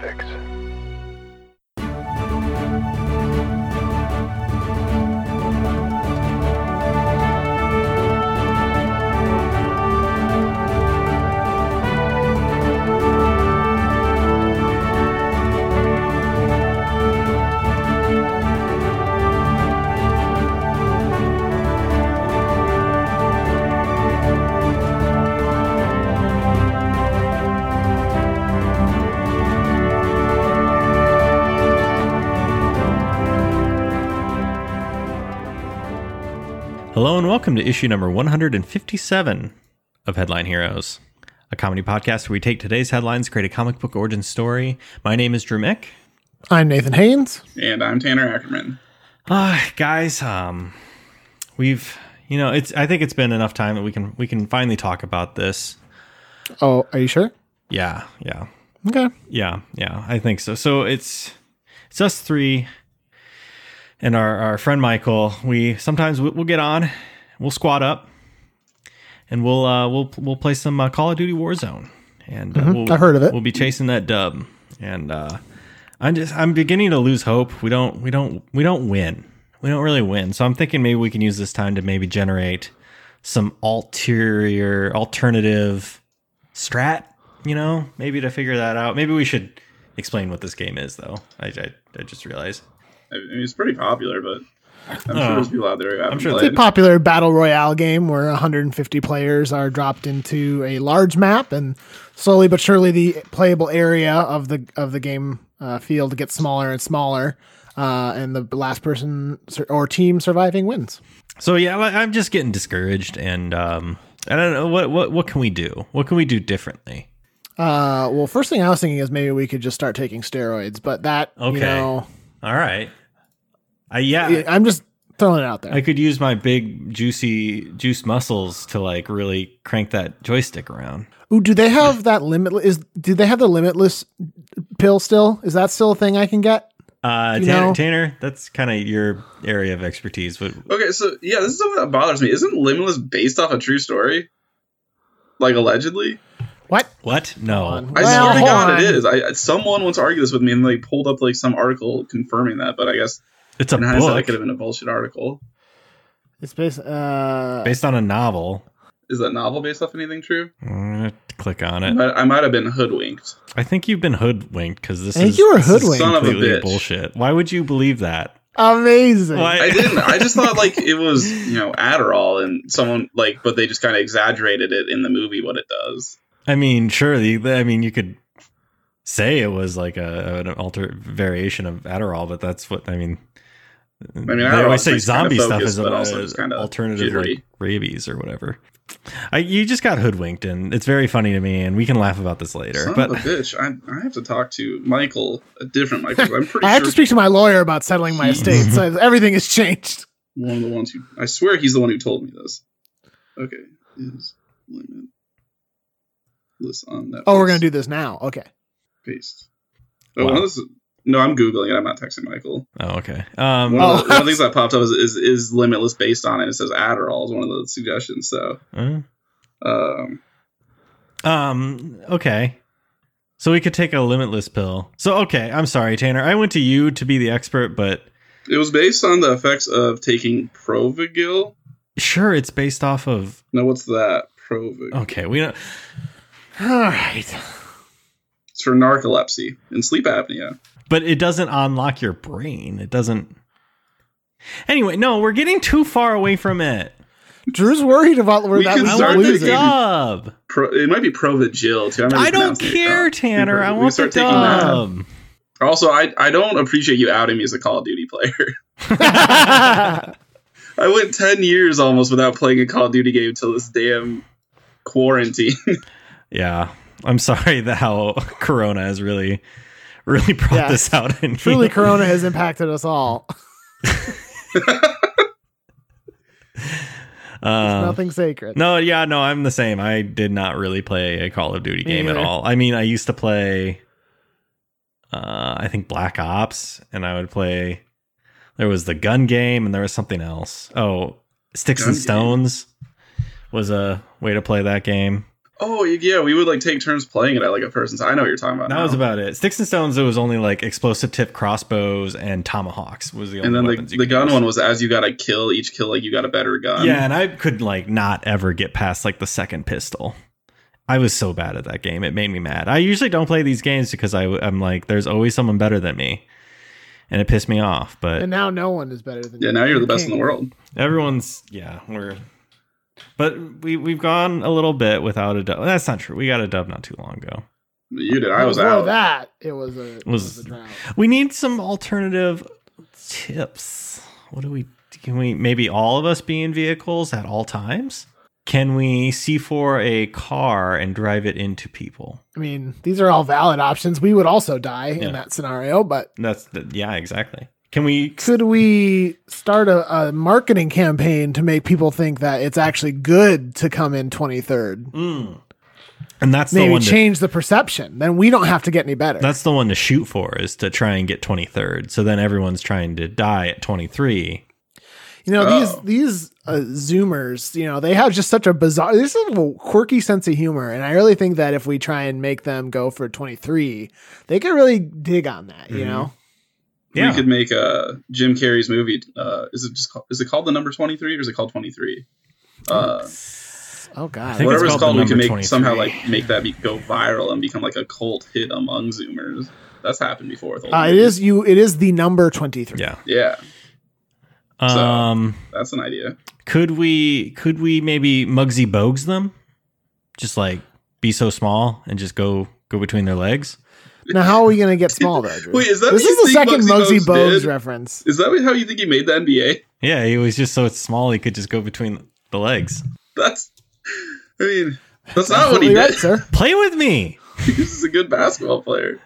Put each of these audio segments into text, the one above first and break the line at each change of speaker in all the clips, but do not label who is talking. Fix.
Hello and welcome to issue number 157 of Headline Heroes, a comedy podcast where we take today's headlines, create a comic book origin story. My name is Drew Mick.
I'm Nathan Haynes.
And I'm Tanner Ackerman.
Ah, guys, um, we've you know it's I think it's been enough time that we can we can finally talk about this.
Oh, are you sure?
Yeah, yeah,
Okay.
yeah, yeah. I think so. So it's it's us three and our our friend Michael. We sometimes we- we'll get on, we'll squat up, and we'll uh, we'll we'll play some uh, Call of Duty Warzone. And uh, we'll,
Mm-hmm. I heard of it.
We'll be chasing that dub. And uh, I'm just I'm beginning to lose hope. We don't we don't we don't win. We don't really win. So I'm thinking maybe we can use this time to maybe generate some ulterior alternative strat. You know, maybe to figure that out. Maybe we should explain what this game is, though. I I, I just realized.
I mean, it's pretty popular, but I'm
Oh.
sure there's people out there who haven't
sure
It's
played.
a popular battle royale game where 150 players are dropped into a large map, and slowly but surely the playable area of the of the game uh, field gets smaller and smaller, uh, and the last person sur- or team surviving wins.
So yeah, I- I'm just getting discouraged, and um, I don't know what what what can we do? What can we do differently?
Uh, well, first thing I was thinking is maybe we could just start taking steroids, but that
Okay.
you know,
All right, I yeah,
I- I'm just throwing it out there.
I could use my big juicy juice muscles to like really crank that joystick around.
Ooh, do they have that limitless? Is do they have the limitless pill still? Is that still a thing I can get?
Uh,
You
Tanner,
know-
Tanner, that's kind of your area of expertise. But
Okay, so yeah, this is something that bothers me. Isn't Limitless based off a true story? Like allegedly?
What?
what? No.
Well,
I swear to
hold
God,
on.
it is. I I- someone once argued this with me, and they pulled up like some article confirming that. But I guess
It's a
in hindsight, that
book
could have been a bullshit article.
It's based. Uh,
based on a novel.
Is that novel based off anything true?
I'm gonna click on it.
But I might have been hoodwinked.
I think you've been hoodwinked because this
I think
is
you were
this is
hoodwinked.
Son of a
completely
bitch.
bullshit. Why would you believe that?
amazing.
Why-
I didn't. I just thought like it was you know Adderall, and someone like, but they just kind of exaggerated it in the movie what it does.
I mean, sure. The, I mean, you could say it was like a an alter variation of Adderall, but that's what I mean. I
mean,
they always
Adderall's
say
kinda
zombie stuff
focused,
is an
but also it's kinda
alternative like
jittery.
rabies or whatever. I, you just got hoodwinked, and it's very funny to me, and we can laugh about this later.
Son
but
of a bitch, I, I have to talk to Michael, a different Michael. 'cause I'm pretty
I have to
sure
speak to my lawyer about settling my estate. so everything has changed.
one of the ones who I swear he's the one who told me this. Okay, is limit list on that.
Oh, we're gonna do this now. Okay.
paste. Oh,
Wow.
one of those- no, I'm googling it. I'm not texting Michael.
oh, okay.
One,
Um,
of the,
Oh.
one of the things that popped up is, is is limitless based on it. It says Adderall is one of the suggestions. So,
uh,
um,
Um. Okay. So we could take a limitless pill. So okay, I'm sorry, Tanner. I went to you to be the expert, but
it was based on the effects of taking Provigil.
sure, it's based off of.
Now, what's that? Provigil.
Okay, we don't.
All right.
It's for narcolepsy and sleep apnea.
But it doesn't unlock your brain. It doesn't. Anyway, no, we're getting too far away from it.
Drew's worried about where
We
that
can
I
was
start
want the
this
losing.
game.
dub.
Pro, it might be Provigil too. I'm not
I don't
pronouncing it
care,
wrong.
Tanner. I
we
want the
start taking that.
dub.
Also, I I don't appreciate you outing me as a Call of Duty player. I went ten years almost without playing a Call of Duty game till this damn quarantine.
Yeah, I'm sorry that how Corona has really, really brought
Yeah.
this out. In
Truly,
you.
Corona has impacted us all.
Uh,
Nothing sacred.
No, yeah, no, I'm the same. I did not really play a Call of Duty
Me
game at
neither.
all. I mean, I used to play uh I think Black Ops and I would play there was the gun game and there was something else. Oh, Sticks
Gun
and
game.
Stones was a way to play that game.
Oh yeah, we would like take turns playing it at like a person's. I know what you're talking about.
That
now.
was about it. Sticks and stones. It was only like explosive tip crossbows and tomahawks was the only
and then
weapons.
the,
you
the
could
gun
use.
one was as you got a kill, each kill like you got a better gun.
Yeah, and I could like not ever get past like the second pistol. I was so bad at that game. It made me mad. I usually don't play these games because I, am like, there's always someone better than me, and it pissed me off. But
And now no one is better than
Yeah,
you.
now you're the best in the
king.
world.
everyone's yeah, we're. But we we've gone a little bit without a dub. That's not true. We got a dub not too long ago.
You did. I was
Before
out.
that, it was a, it was
Was-
a drought.
We need some alternative tips. What do we can we maybe all of us be in vehicles at all times? Can we see for a car and drive it into people?
I mean, these are all valid options. We would also die
Yeah.
in that scenario, but
That's the, yeah, exactly. Can we?
could we start a, a marketing campaign to make people think that it's actually good to come in 23rd?
Mm. And that's the
Maybe
one. To,
change the perception. Then we don't have to get any better.
that's the one to shoot for is to try and get twenty third. So then everyone's trying to die at twenty three.
You know,
Oh.
these these uh, Zoomers, you know, they have just such a bizarre, this is a quirky sense of humor, and I really think that if we try and make them go for twenty three, they could really dig on that. You
Mhm.
know,
Yeah,
We could make uh, Jim Carrey's movie. Uh, is it just called, is it called the number twenty three or is it called twenty three? Uh,
oh
I
god,
think it's
whatever it's
called
called,
The
we can
Number
make
23.
somehow like make that be, go viral and become like a cult hit among Zoomers. That's happened before. With old
uh, it
movies.
is you. It is the number twenty three.
yeah.
Yeah, So-
Um,
that's an idea.
could we? Could we maybe Mugsy Bogues them? Just like be so small and just go go between their legs.
Now, how are we going to get small though? Drew?
Wait, is that
this
what you
is the
think
second
Muggsy
Muggsy
Bogues
Bogues
did?
reference.
Is that how you think he made the NBA?
Yeah, he was just so small he could just go between the legs.
That's. I mean, that's not what
Absolutely
he did.
right, sir.
Play with me.
this is a good basketball player.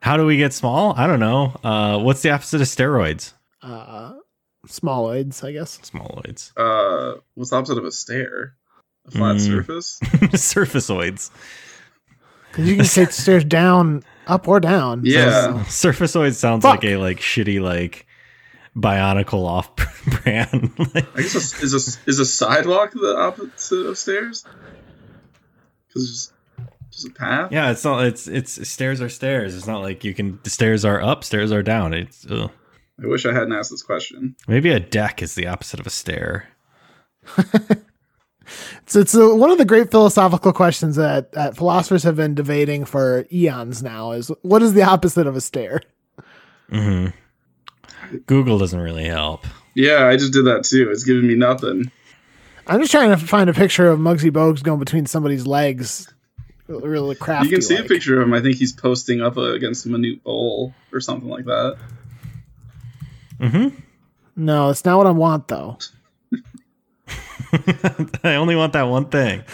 How do we get small? I don't know. Uh, what's the opposite of steroids?
Uh, smalloids, I guess.
Smalloids.
Uh, what's the opposite of a stair? A flat
Mm.
surface.
Surfacoids.
Because you can take stairs down, up or down.
Yeah.
Surfacoid sounds
Fuck.
like a like shitty like bionicle off brand. Like,
I guess a, is a is a sidewalk the opposite of stairs? Because it's just, just a path.
yeah, it's not. It's it's stairs are stairs. It's not like you can. The stairs are up. Stairs are down. It's ugh.
I wish I hadn't asked this question.
maybe a deck is the opposite of a stair.
So it's uh one of the great philosophical questions that, that philosophers have been debating for eons now is what is the opposite of a stare?
hmm Google doesn't really help.
Yeah, I just did that too. It's giving me nothing.
I'm just trying to find a picture of Muggsy Bogues going between somebody's legs. Really crafty.
you can see
like.
a picture of him. I think he's posting up uh, against a minute bowl or something like that.
hmm
No, it's not what I want though.
I only want that one thing.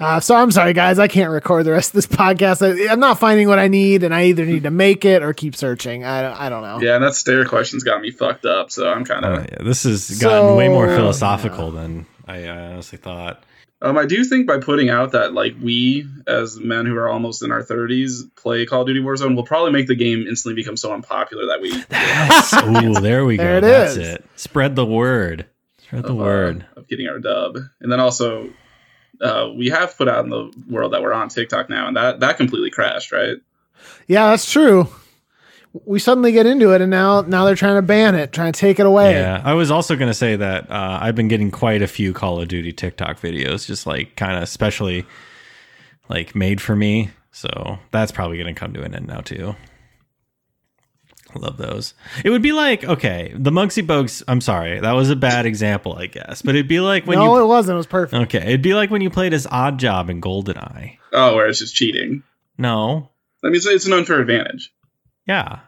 Uh, so I'm sorry, guys. I can't record the rest of this podcast. I, I'm not finding what I need, and I either need to make it or keep searching. I, I don't know.
Yeah, and that stair question's got me fucked up. So I'm kind of.
Uh, yeah, this has gotten way more
So-
philosophical than I, I honestly thought.
Um, I do think by putting out that like we as men who are almost in our 30s play Call of Duty Warzone will probably make the game instantly become so unpopular that we
Yes. Ooh, there we go.
There it
That's
is.
it. Spread the word. Spread the
of, uh,
word.
of getting our dub. And then also, uh, we have put out in the world that we're on TikTok now, and that that completely crashed, right?
Yeah, that's true. We suddenly get into it, and now now they're trying to ban it, trying to take it away.
Yeah, I was also going to say that uh, I've been getting quite a few Call of Duty TikTok videos, just like kind of specially like made for me. So that's probably going to come to an end now too. Love those. It would be like okay, the Muggsy Bogues. I'm sorry, that was a bad example, I guess, but it'd be like when
no, it wasn't. It was perfect.
you okay, it'd be like when you played as Odd Job in Goldeneye.
Oh, where it's just cheating.
No,
I mean, it's, it's an unfair advantage.
yeah,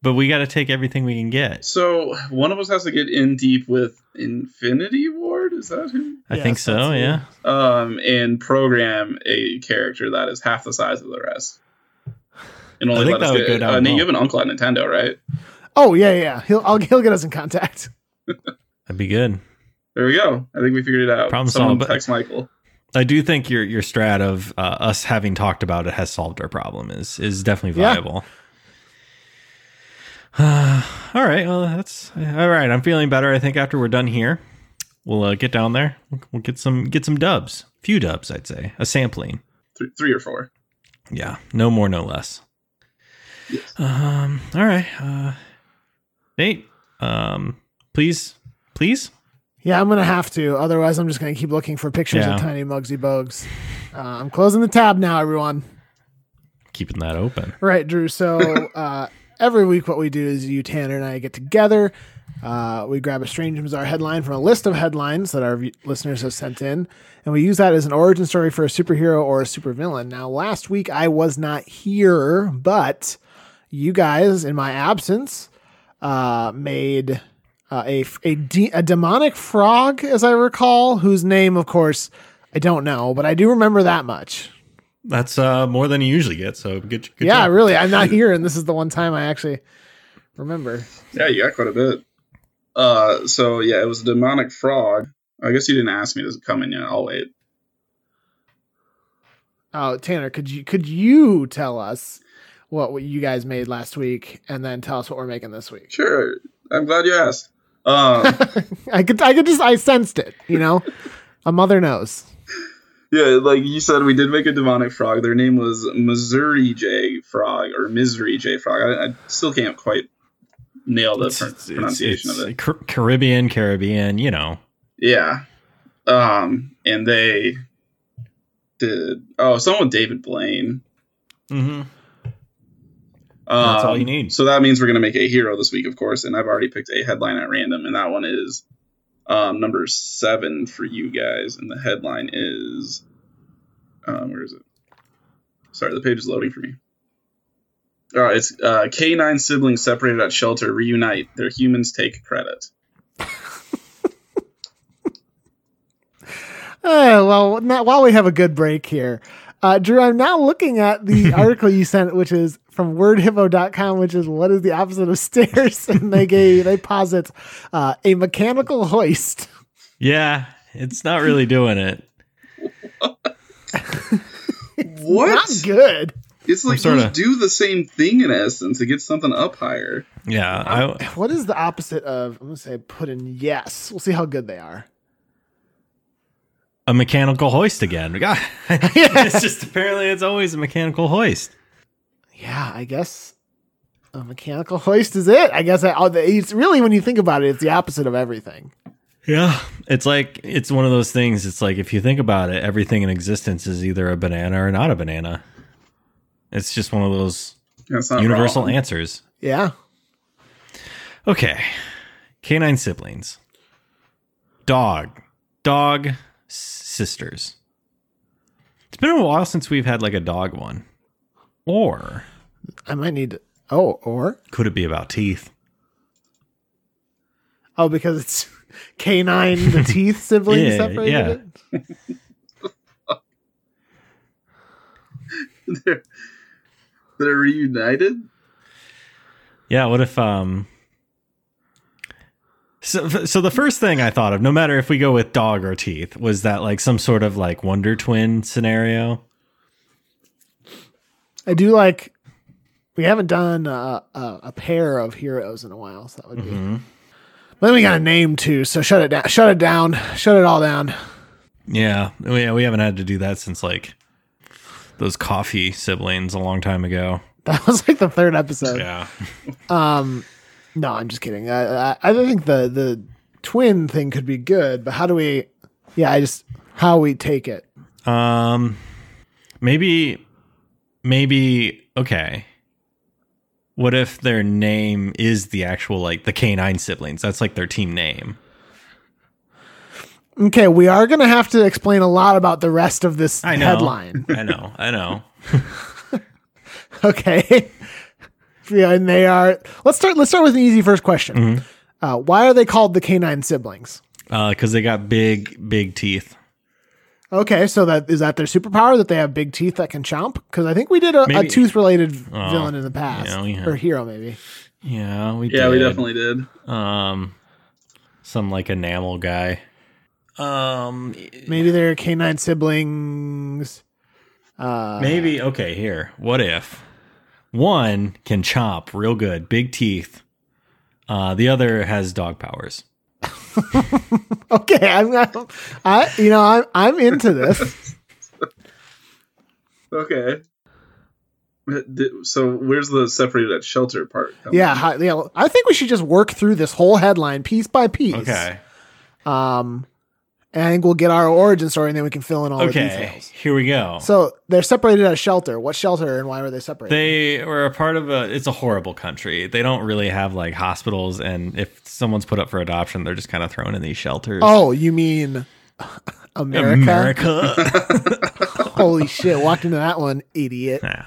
but we got to take everything we can get.
So one of us has to get in deep with Infinity Ward. Is that who?
I
Yes,
think so.
that's it.
Yeah.
Um, and program a character that is half the size of the rest. And
I
only
think
let us
that would
get.
go down
uh, Nate,
well.
you have an uncle at Nintendo, right?
Oh yeah, yeah. He'll I'll, he'll get us in contact.
That'd be good.
There we go. I think we figured it out.
Problem
Someone
solved, but-
text Michael.
I do think your your strat of uh, us having talked about it has solved our problem is is definitely
Yeah.
viable. all right, well that's all right. I'm feeling better. I think after we're done here, We'll uh, get down there. We'll- We'll get some get some dubs. Few dubs, I'd say. A sampling.
Th- three or four.
Yeah, no more, no less.
Yes.
Um. All right, uh, Nate. Um. Please, please.
Yeah, I'm gonna have to. Otherwise, I'm just gonna keep looking for pictures
Yeah.
of tiny Mugsy Bogues. Uh, I'm closing the tab now, everyone.
Keeping that open.
Right, Drew. So uh, every week, what we do is you, Tanner, and I get together. Uh, we grab a strange bizarre headline from a list of headlines that our v- listeners have sent in, and we use that as an origin story for a superhero or a supervillain. Now, last week I was not here, but you guys, in my absence, uh, made uh, a f- a, de- a demonic frog, as I recall, whose name, of course, I don't know, but I do remember that much.
That's uh more than you usually get. So good. good
yeah,
job.
really. I'm not here, and this is the one time I actually remember.
Yeah, you got quite a bit. Uh, so yeah, it was a demonic frog. I guess you didn't ask me to come in yet. I'll wait.
Oh, Tanner, could you could you tell us what, what you guys made last week, and then tell us what we're making this week?
Sure. I'm glad you asked. Um,
I could I could just I sensed it. You know, a mother knows.
yeah, like you said, we did make a demonic frog. Their name was Missouri J Frog or Misery J Frog. I, I still can't quite nail the pr-
It's- it's-
pronunciation
it's
of it.
Car- Caribbean, Caribbean. You know.
Yeah. Um, and they did. Oh, someone with David Blaine.
Mm-hmm.
Um,
That's all you need.
So that means we're going to make a hero this week, of course. And I've already picked a headline at random, and that one is um, number seven for you guys. And the headline is, um, where is it? Sorry, the page is loading for me. All right, it's uh, K9 siblings separated at shelter reunite. Their humans take credit.
Uh, well, now, while we have a good break here, uh, Drew, I'm now looking at the article you sent, which is from wordhippo.com, which is what is the opposite of stairs, and they gave they posit uh, a mechanical hoist.
Yeah, it's not really doing it.
What?
Not good.
It's like
sorta-
you do the same thing in essence to get something up higher.
Yeah, I,
What is the opposite of? I'm gonna say put in yes. We'll see how good they are.
a mechanical hoist again. God, it's just apparently it's always a mechanical hoist.
Yeah, I guess a mechanical hoist is it. I guess I, oh, the, it's really when you think about it, it's the opposite of everything.
Yeah. It's like it's one of those things. It's like if you think about it, everything in existence is either a banana or not a banana. It's just one of those
That's not
universal
wrong.
answers.
Yeah.
Okay. Canine siblings. Dog. Dog s- sisters. It's been a while since we've had like a dog one. Or
I might need. To, oh, or
could it be about teeth?
oh, because it's canine the teeth siblings
Yeah,
separated.
yeah.
It?
they're, they're reunited.
Yeah, what if um so, so the first thing I thought of, no matter if we go with dog or teeth, was that like some sort of like Wonder Twin scenario.
I do like. We haven't done uh, a, a pair of heroes in a while, so that would be. But then we got a name too, so shut it down. Shut it down. Shut it all down.
Yeah, Oh, yeah, we haven't had to do that since like those coffee siblings a long time ago.
That was like the third episode.
Yeah,
Um, no, I'm just kidding. I, I, I think the the twin thing could be good, but how do we? Yeah, I just how we take it.
um, maybe, maybe okay. What if their name is the actual like the canine siblings? That's like their team name.
Okay, we are gonna have to explain a lot about the rest of this
I know.
headline.
I know. I know.
Okay. Yeah, and they are. Let's start. Let's start with an easy first question.
Mm-hmm.
Uh, why are they called the canine siblings?
because Uh, they got big, big teeth.
Okay, so that is that their superpower that they have big teeth that can chomp? Because I think we did a, a
Maybe-
tooth related
Oh,
villain in the past
yeah, we have.
or hero maybe.
Yeah, we
Yeah,
did.
we definitely did.
Um, some like enamel guy. Um,
Maybe they're canine siblings. Uh,
maybe okay. Here, what if one can chomp real good, big teeth? Uh, the other has dog powers.
okay, I'm, I'm I you know I'm I'm into this.
Okay. Did- So where's the separated at shelter part? coming
Yeah,
in?
hi- yeah. I think we should just work through this whole headline piece by piece.
Okay.
Um, and I think we'll get our origin story, and then we can fill in all the
Okay.
details.
Here we go.
So they're separated at a shelter. What shelter, and why were they separated?
They were a part of a. It's a horrible country. They don't really have like hospitals, and if someone's put up for adoption, they're just kind of thrown in these shelters.
oh, you mean America?
America.
Holy shit! Walked into that one, idiot.
nah.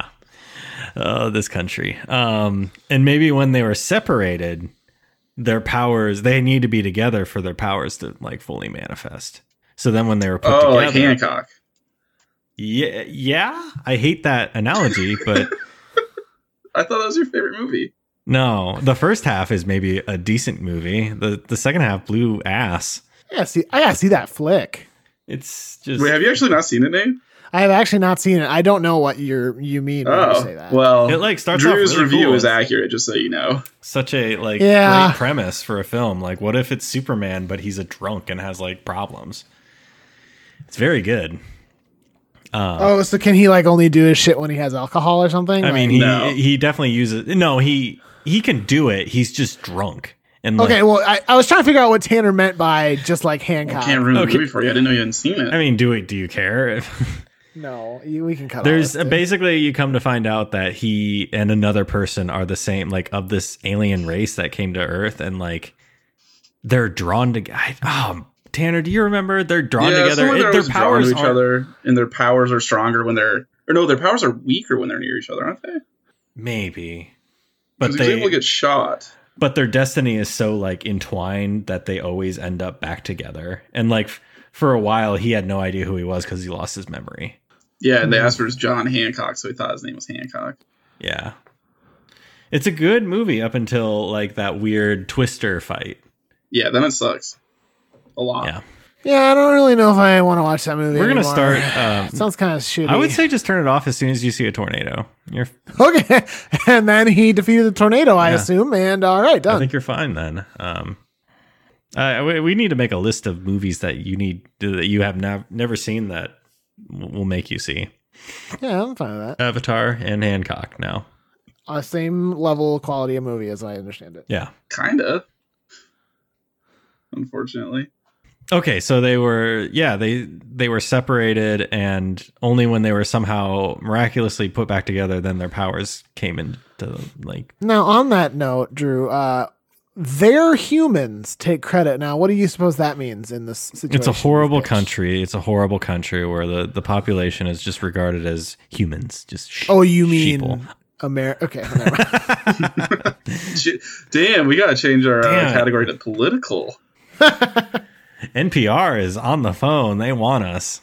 Oh, this country. Um, and maybe when they were separated, their powers they need to be together for their powers to like fully manifest. So then when they were put
Oh,
together,
like Hancock.
yeah, yeah. I hate that analogy, but
I thought that was your favorite movie.
no. The first half is maybe a decent movie. The the second half blew ass.
Yeah, see, I gotta see that flick.
It's just
Wait, have you actually not seen it, Nate?
I have actually not seen it. I don't know what you you mean when you
Oh,
say that.
well,
it like starts
Drew's
off really
review
cool.
is accurate, just so you know.
Such a like
Yeah.
great premise for a film. Like, what if it's Superman but he's a drunk and has like problems? It's very good.
oh, so can he like only do his shit when he has alcohol or something?
I
Like-
mean, he
No.
he definitely uses. No, he he can do it. He's just drunk. And like,
okay. Well, I, I was trying to figure out what Tanner meant by just like
I
Hancock.
can't ruin
Okay.
the movie for you. I didn't know you hadn't seen it.
I mean, do it. Do you care?
No, you, we can cut. all
There's
this, dude.
basically you come to find out that he and another person are the same, like of this alien race that came to Earth, and like they're drawn to. I, oh, Tanner, do you remember? They're drawn
yeah,
together.
someone
It-
there was drawn to each
aren't-
other, and their powers are stronger when they're or no, their powers are weaker when they're near each other, aren't they?
maybe, but
Because they
they
will get shot.
but their destiny is so like entwined that they always end up back together. And like f- for a while, he had no idea who he was because he lost his memory.
Yeah, and they
Hmm.
asked for his John Hancock, so he thought his name was Hancock.
Yeah. It's a good movie up until like that weird twister fight.
Yeah, then it sucks a lot.
Yeah.
yeah. I don't really know if I want to watch that movie.
We're going to
anymore.
start. Um,
It sounds kind of shitty.
I would say just turn it off as soon as you see a tornado. You're,
okay. And then he defeated the tornado, I
Yeah.
assume. And all right,
I
done.
think you're fine then. Um, uh, we, we need to make a list of movies that you need that you have nav- never seen that w- will make you see
yeah, I'm fine with that.
Avatar and Hancock. Now,
Uh, same level of quality of movie as I understand it.
yeah.
Kinda. Unfortunately.
Okay, so they were yeah, they they were separated and only when they were somehow miraculously put back together then their powers came into like
Now, on that note, Drew, uh, their humans take credit. Now, what do you suppose that means in this situation?
it's a horrible
Bitch.
country. It's a horrible country where the the population is just regarded as humans, just sh-
Oh, you mean
sheeple.
America? Okay, never mind.
Ch- Damn, we gotta change our uh,
Damn.
category to political.
NPR is on the phone. They want us.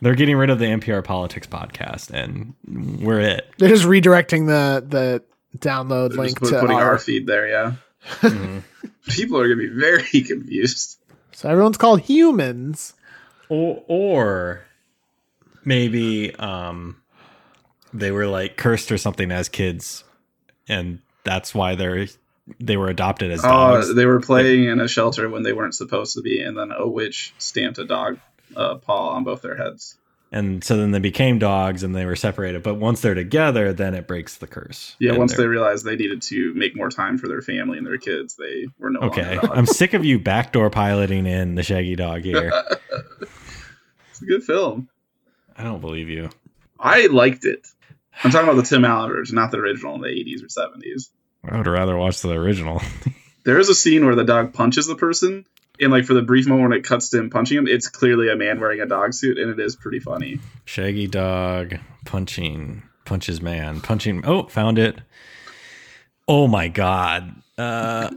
They're getting rid of the NPR politics podcast and we're it.
they're just redirecting the the download
They're
link
just put-
to
putting
our.
our feed there, yeah. People are gonna be very confused.
so everyone's called humans.
or or maybe um they were like cursed or something as kids and that's why they're they were adopted as dogs
Oh, they were playing in a shelter when they weren't supposed to be, and then a witch stamped a dog uh, paw on both their heads.
and so then they became dogs and they were separated but once they're together then it breaks the curse
Yeah,
And
once they
they're-
realized they needed to make more time for their family and their kids, they were no
okay
longer dogs.
i'm sick of you backdoor piloting in the shaggy dog here
It's a good film.
i don't believe you
I liked it. I'm talking about the Tim Allen version, not the original in the 80s or 70s.
i would rather watch the original
There is a scene where the dog punches the person, and like for the brief moment when it cuts to him punching him, it's clearly a man wearing a dog suit, and it is pretty funny.
shaggy dog punching punches man punching oh found it oh my god uh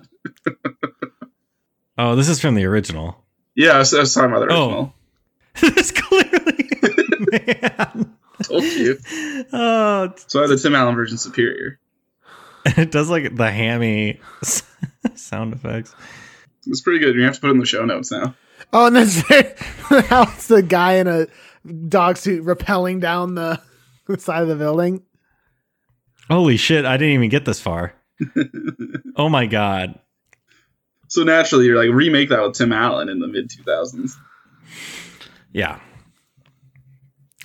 oh this is from the original
Yeah, I was, I was talking about the
Oh.
original.
this clearly man
Told you.
oh it's-
So the Tim Allen version superior.
it does like the hammy s- sound effects
It's pretty good. You have to put it in the show notes now.
Oh, and that's how it's the guy in a dog suit rappelling down the side of the building.
holy shit i didn't even get this far oh my god
So naturally, you're like remake that with Tim Allen in the mid 2000s.
Yeah.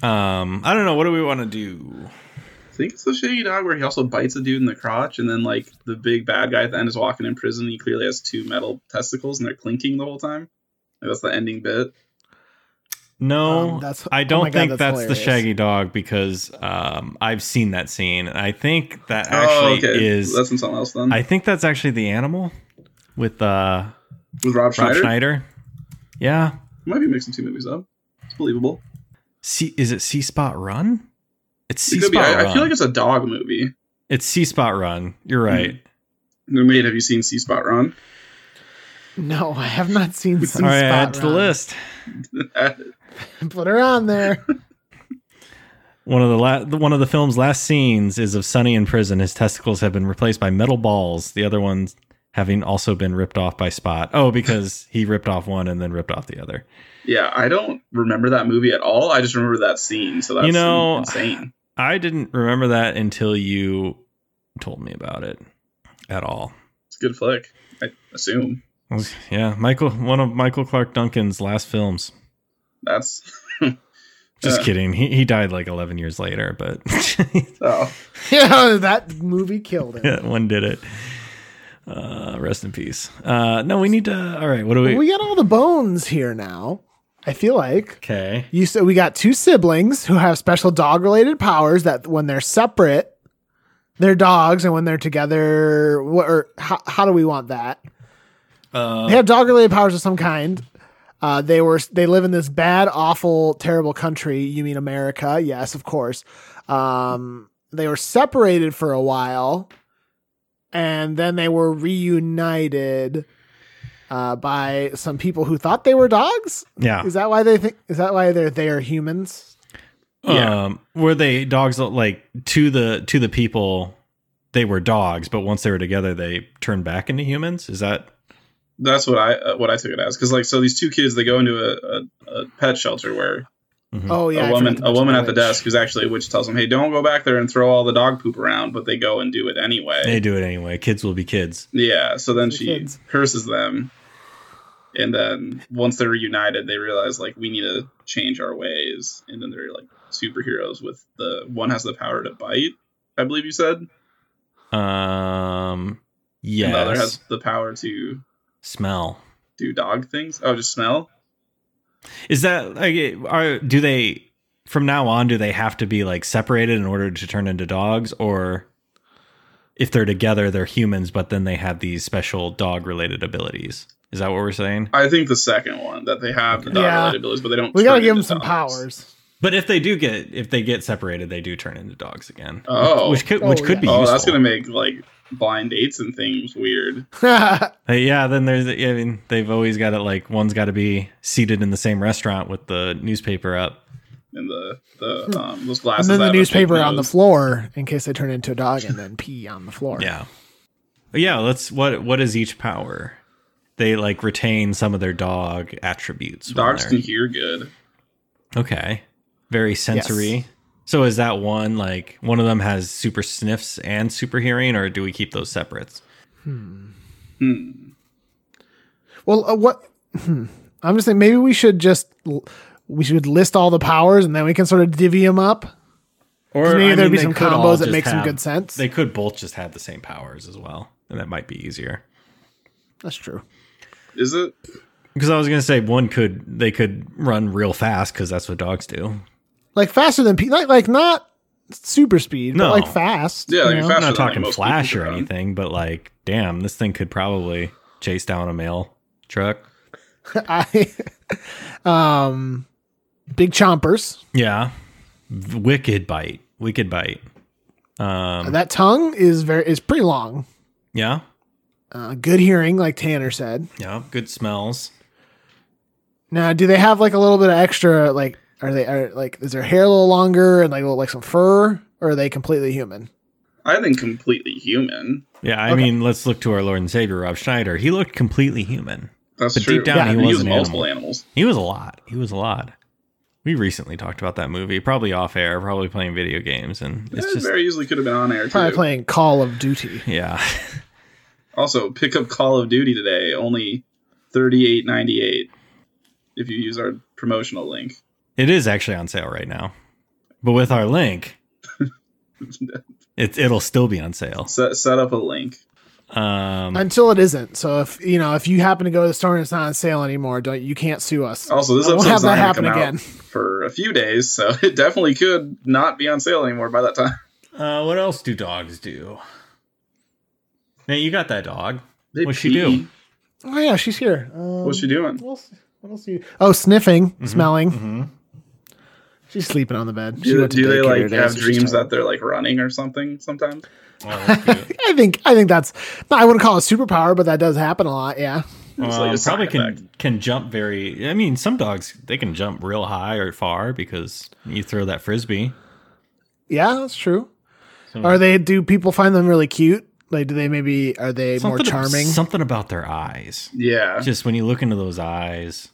Um, I don't know. What do we want to do?
I think it's the Shaggy Dog where he also bites a dude in the crotch, and then like the big bad guy at the end is walking in prison. And he clearly has two metal testicles, and they're clinking the whole time. Like, that's the ending bit.
No,
Um, that's-
I
oh
don't
my God,
think
that's
that's, the
hilarious.
Shaggy Dog because um, I've seen that scene. I think that
oh,
actually
okay,
is.
that's from something else then.
I think that's actually the animal with uh,
with Rob
Rob
Schneider,
Schneider. Yeah.
might be mixing two movies up. It's believable.
C is it C Spot Run? It's
It
C
could be.
Spot Run.
I, I feel like it's Hmm. a dog movie.
it's C Spot Run. You're right.
Wait, have you seen C Spot Run?
No, I have not seen.
All right,
Sunspot
add to the
Run.
list.
Put her on there.
One of the la- the- one of the film's last scenes is of Sonny in prison. His testicles have been replaced by metal balls. The other ones having also been ripped off by Spot. Oh, because he ripped off one and then ripped off the other.
yeah, I don't remember that movie at all. I just remember that scene. So that's
You know,
insane.
I didn't remember that until you told me about it at all.
It's a good flick. I assume
Okay, Yeah, Michael, one of Michael Clark Duncan's last films.
that's.
Just
Uh.
kidding. He he died like 11 years later, but
Oh,
yeah, that movie killed it.
that one did it. Uh, rest in peace. Uh, no, we need to. All right, what do
Well,
we?
we got all the bones here now. I feel like
Okay.
you said we got two siblings who have special dog related powers that when they're separate, they're dogs, and when they're together, wha- or how, how do we want that?
Uh,
They have dog related powers of some kind. Uh, they were they live in this bad, awful, terrible country. You mean America? Yes, of course. Um, they were separated for a while, and then they were reunited uh, by some people who thought they were dogs.
yeah.
Is that why they think? Is that why they're they are humans?
Yeah.
Um, were they dogs that, like to the to the people? They were dogs, but once they were together, they turned back into humans. Is that
that's what I uh, what I took it as because like so these two kids they go into a, a, a pet shelter where
Mhm.
Oh yeah, I
Hmm. a woman
forgot to
a woman at the
mention
desk who's actually a witch tells them hey don't go back there and throw all the dog poop around but they go and do it anyway
they do it anyway? Kids will be kids.
yeah so then
They're
she
kids.
curses them and then once they're reunited they realize like we need to change our ways and then they're like superheroes with the one has the power to bite I believe you said
Um. Yes.
and the other has the power to
Smell.
do dog things oh just smell
Is that like? Are do they from now on? Do they have to be like separated in order to turn into dogs, or if they're together, they're humans, but then they have these special dog-related abilities? Is that what we're saying?
I think the second one that they have the dog
Yeah.
related abilities but they don't
We gotta
turn
give them
into
some
dogs.
powers.
But if they do get if they get separated, they do turn into dogs again.
Oh.
which could which
Oh,
could
yeah.
be
oh
useful.
that's gonna make like blind dates and things weird
Uh, yeah, then there's I mean they've always got it like one's got to be seated in the same restaurant with the newspaper up.
and the the um, those glasses.
Hmm. and then
that
the
have a
newspaper
big
on the
nose.
floor in case they turn into a dog and then pee on the floor.
Yeah. But yeah, let's what what is each power? They like retain some of their dog attributes. when
Dogs
they're-
can hear good.
Okay. Very sensory. So is that one like one of them has super sniffs and super hearing or do we keep those separates?
Hmm.
Well, uh, what? Hmm. I'm just saying maybe we should just l- we should list all the powers and then we can sort of divvy them up.
Or
maybe
I
there'd
mean,
be
they
some
could all
combos that
just
make some
have-
good sense.
They could both just have the same powers as well, and that might be easier.
That's true.
Is it?
Because I was gonna say one could they could run real fast because that's what dogs do.
Like faster than pe- like like not super speed,
No.
but like fast.
Yeah,
you
like
I'm
know?
fast-
not
Faster than
talking
most
flash
people
or
could run.
anything, but like, damn, this thing could probably chase down a mail truck.
I, um, big chompers.
Yeah, V- wicked bite, wicked bite.
Hmm.
Um,
that tongue is very is pretty long.
yeah,
Uh, good hearing, like Tanner said.
yeah, good smells.
Now, do they have like a little bit of extra? Like, are they are like is their hair a little longer and like a little, like some fur, or are they completely human?
I think completely human.
Yeah, I
Okay.
mean, let's look to our Lord and Savior, Rob Schneider. He looked completely human.
That's
But
true.
deep down,
Yeah. he
They
was
use
an
multiple
animal.
animals.
He was a lot. He was a lot. We recently talked about that movie, probably off air, probably playing video games, and it's
It
just
very easily could have been on air too.
Probably playing Call of Duty.
yeah.
Also, pick up Call of Duty today, only thirty eight ninety eight. If you use our promotional link,
It is actually on sale right now, but with our link, it it'll still be on sale.
set, set up a link.
Um,
until it isn't. So if you know if you happen to go to the store and it's not on sale anymore, don't you can't sue us.
Also, this
I won't have
episode's not
that
gonna
happen
come out
again.
for a few days, so it definitely could not be on sale anymore by that time.
uh, what else do dogs do? Nate, you got that dog.
They
What'd she
pee.
do?
Oh yeah, she's here. Um,
What's she doing?
What else, what else you? Oh, sniffing, smelling. She's sleeping on the bed. She
mm-hmm. Do,
went to
do they
daycare
like
today,
have
so she's
dreams
tired.
that they're like running or something sometimes?
Oh, that's cute.
I think I think that's. no, I wouldn't call it a superpower, but that does happen a lot. Yeah.
Um,
It's like a
probably
side
can
effect.
can jump very. I mean, some dogs they can jump real high or far because you throw that frisbee.
Yeah, that's true. Are they? Do people find them really cute? Like, do they maybe? Are they more charming?
Something about their eyes.
Yeah,
Just when you look into those eyes.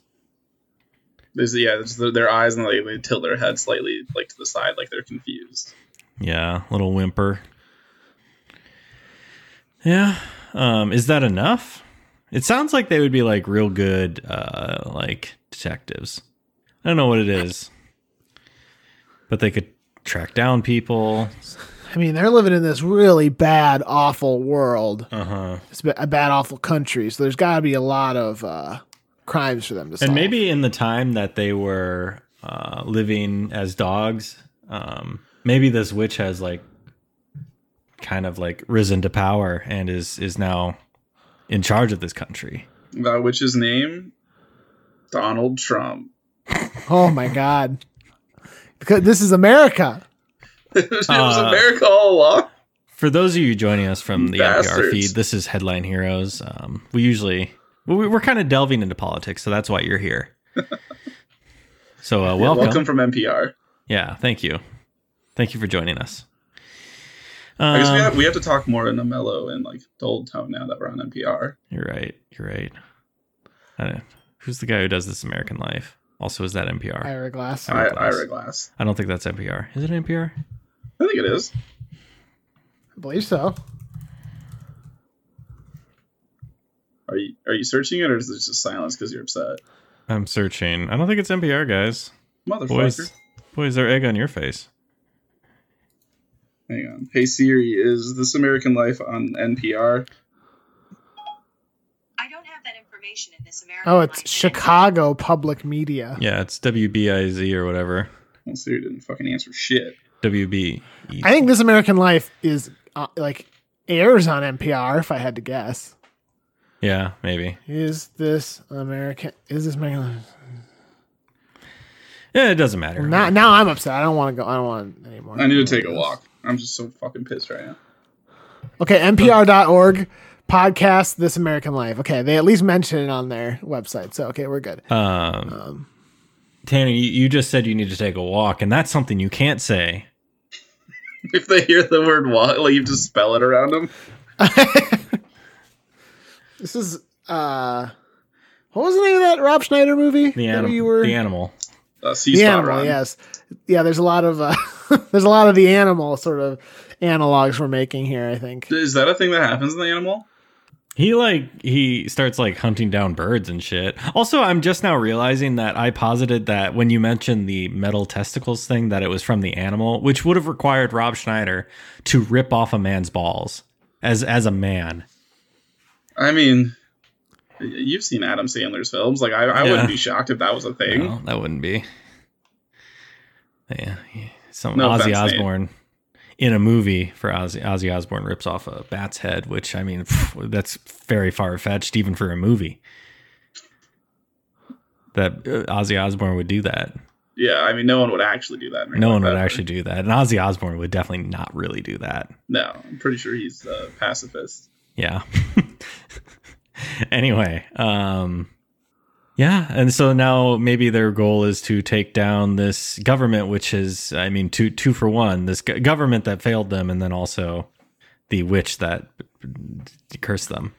There's, yeah, it's their, their eyes and like they tilt their head slightly like to the side, like they're confused.
Yeah, little whimper. Yeah. Um, is that enough? It sounds like they would be like real good uh like detectives. I don't know what it is. But they could track down people.
I mean, they're living in this really bad, awful world.
Uh-huh.
It's ba- a bad, awful country. So there's got to be a lot of uh, crimes for them to solve.
And maybe in the time that they were uh living as dogs, um maybe this witch has like kind of like risen to power and is is now in charge of this country.
That witch's name, Donald Trump.
Oh my god. Because this is America.
it was
Uh,
America all along.
For those of you joining us from the NPR
Bastards.
feed, this is Headline Heroes. Um, we usually well, we- we're kind of delving into politics, so that's why you're here. so uh,
Yeah,
welcome.
welcome from NPR.
Yeah, thank you, thank you for joining us.
I guess we
Um,
have, we have to talk more in a mellow and like dulled tone now that we're on NPR.
You're right. You're right. I don't, who's the guy who does this American Life? Also, is that NPR?
Ira Glass.
Ira
Ira,
Glass.
Ira Glass.
I don't think that's NPR. Is it NPR?
I think it is.
I believe so.
Are you are you searching it or is it just silence because you're upset,
I'm searching. I don't think it's NPR, guys.
motherfucker?
Boys, boys, their egg on your face.
Hang on. Hey Siri, is This American Life on NPR?
I don't have that information in this American.
Oh, it's
Life.
Chicago Public Media.
Yeah, it's WBIZ or whatever.
Well, Siri didn't fucking answer shit.
WB.
I think This American Life is uh, like airs on NPR if I had to guess.
Yeah, maybe.
Is this American Is this American Life?
Yeah, it doesn't matter.
Now, now I'm upset. I don't want to go. I don't want anymore.
I need to take a walk. I'm just so fucking pissed right now.
Okay, npr.org podcast This American Life. Okay, they at least mention it on their website. So, okay, we're good.
um,
Um,
Tanner, you, you just said you need to take a walk, and that's something you can't say.
If they hear the word walk, like you just spell it around them.
this is uh what was the name of that Rob Schneider movie?
The
that
animal.
you were
The animal.
Uh,
The
sea spot
animal,
run.
yes. Yeah, there's a lot of uh there's a lot of the animal sort of analogs we're making here, I think.
Is that a thing that happens in the animal?
He like he starts like hunting down birds and shit. Also, I'm just now realizing that I posited that when you mentioned the metal testicles thing, that it was from the animal, which would have required Rob Schneider to rip off a man's balls as as a man.
I mean, y- you've seen Adam Sandler's films. Like, I, I
Yeah.
wouldn't be shocked if that was a thing.
No, that wouldn't be. Yeah, yeah, some
No
Ozzy
offense, Nate.
Osbourne in a movie for Ozzy, Ozzy Osbourne rips off a bat's head, which I mean, pff, that's very far fetched even for a movie. That uh, Ozzy Osbourne would do that.
Yeah, I mean, no one would actually do that. in real
No
life
one would
ever.
actually do that, and Ozzy Osbourne would definitely not really do that.
No, I'm pretty sure he's a pacifist.
Yeah. anyway, um yeah, and so now maybe their goal is to take down this government which is I mean two two for one, this go- government that failed them and then also the witch that cursed them.